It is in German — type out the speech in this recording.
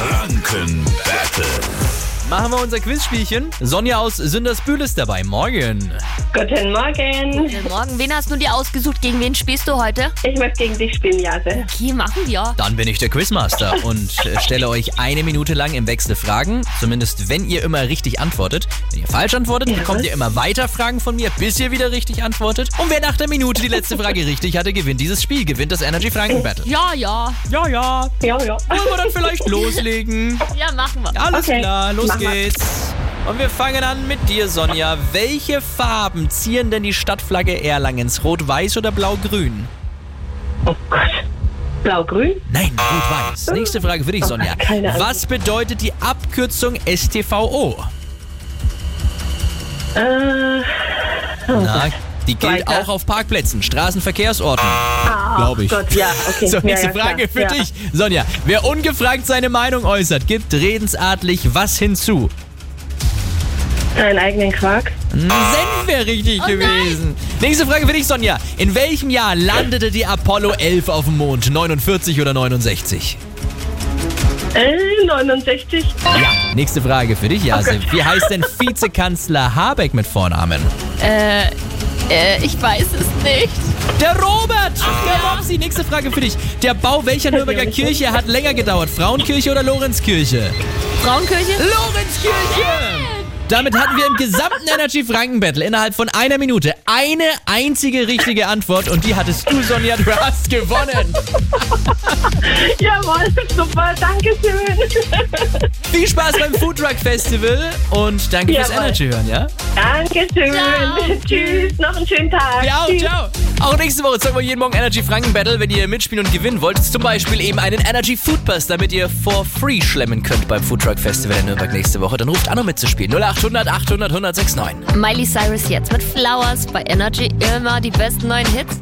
Franken Battle. Machen wir unser Quizspielchen. Sonja aus Sündersbühl ist dabei. Morgen. Guten Morgen. Guten Morgen, wen hast du dir ausgesucht? Gegen wen spielst du heute? Ich möchte gegen dich spielen, Jase. Okay, machen wir. Dann bin ich der Quizmaster und äh, stelle euch eine Minute lang im Wechsel Fragen. Zumindest wenn ihr immer richtig antwortet. Wenn ihr falsch antwortet, bekommt ihr immer weiter Fragen von mir, bis ihr wieder richtig antwortet. Und wer nach der Minute die letzte Frage richtig hatte, gewinnt dieses Spiel, gewinnt das Energy Franken Battle. Ja, ja. Ja, ja. Ja, ja. Wollen wir dann vielleicht loslegen? Ja, machen wir. Alles Okay. klar, los Mach mal. geht's. Und wir fangen an mit dir, Sonja. Welche Farben zieren denn die Stadtflagge Erlangens? Rot-Weiß oder Blau-Grün? Oh Gott. Blau-Grün? Nein, Rot-Weiß. Nächste Frage für dich, Sonja. Äh, keine Ahnung. Was bedeutet die Abkürzung STVO? Äh, Na, die gilt Weiter. Ah, oh auch auf Parkplätzen, Straßenverkehrsorten. Glaube ich. Gott, ja, okay. So, ja, nächste ja, Frage klar, für ja. dich, Sonja. Wer ungefragt seine Meinung äußert, gibt redensartlich was hinzu? Deinen eigenen Quark? Senf wäre Oh richtig gewesen. Nächste Frage für dich, Sonja. In welchem Jahr landete die Apollo 11 auf dem Mond? 49 oder 69? Äh, 69. Ja. Nächste Frage für dich, Jase. Wie heißt denn Vizekanzler Habeck mit Vornamen? Äh, äh, ich weiß es nicht. Der Robert! der Bobsi, nächste Frage für dich. Der Bau welcher Nürnberger nicht. Kirche hat länger gedauert? Frauenkirche oder Lorenzkirche? Frauenkirche? Lorenzkirche! Damit hatten wir im gesamten Energy Franken Battle innerhalb von einer Minute eine einzige richtige Antwort und die hattest du, Sonja. Du hast gewonnen. Jawohl, super, danke schön. Viel Spaß beim Foodtruck Festival und danke fürs Jawohl. Energy hören, ja? danke schön. Ciao. Tschüss, noch einen schönen Tag. Ja, Tschüss. ciao. Auch nächste Woche zeigen wir jeden Morgen Energy Franken Battle, wenn ihr mitspielen und gewinnen wollt. Zum Beispiel eben einen Energy Food Pass, damit ihr for free schlemmen könnt beim Foodtruck Festival in Nürnberg nächste Woche. Dann ruft an, um mitzuspielen. 0800 800 1069. Miley Cyrus jetzt mit Flowers bei Energy immer die besten neuen Hits.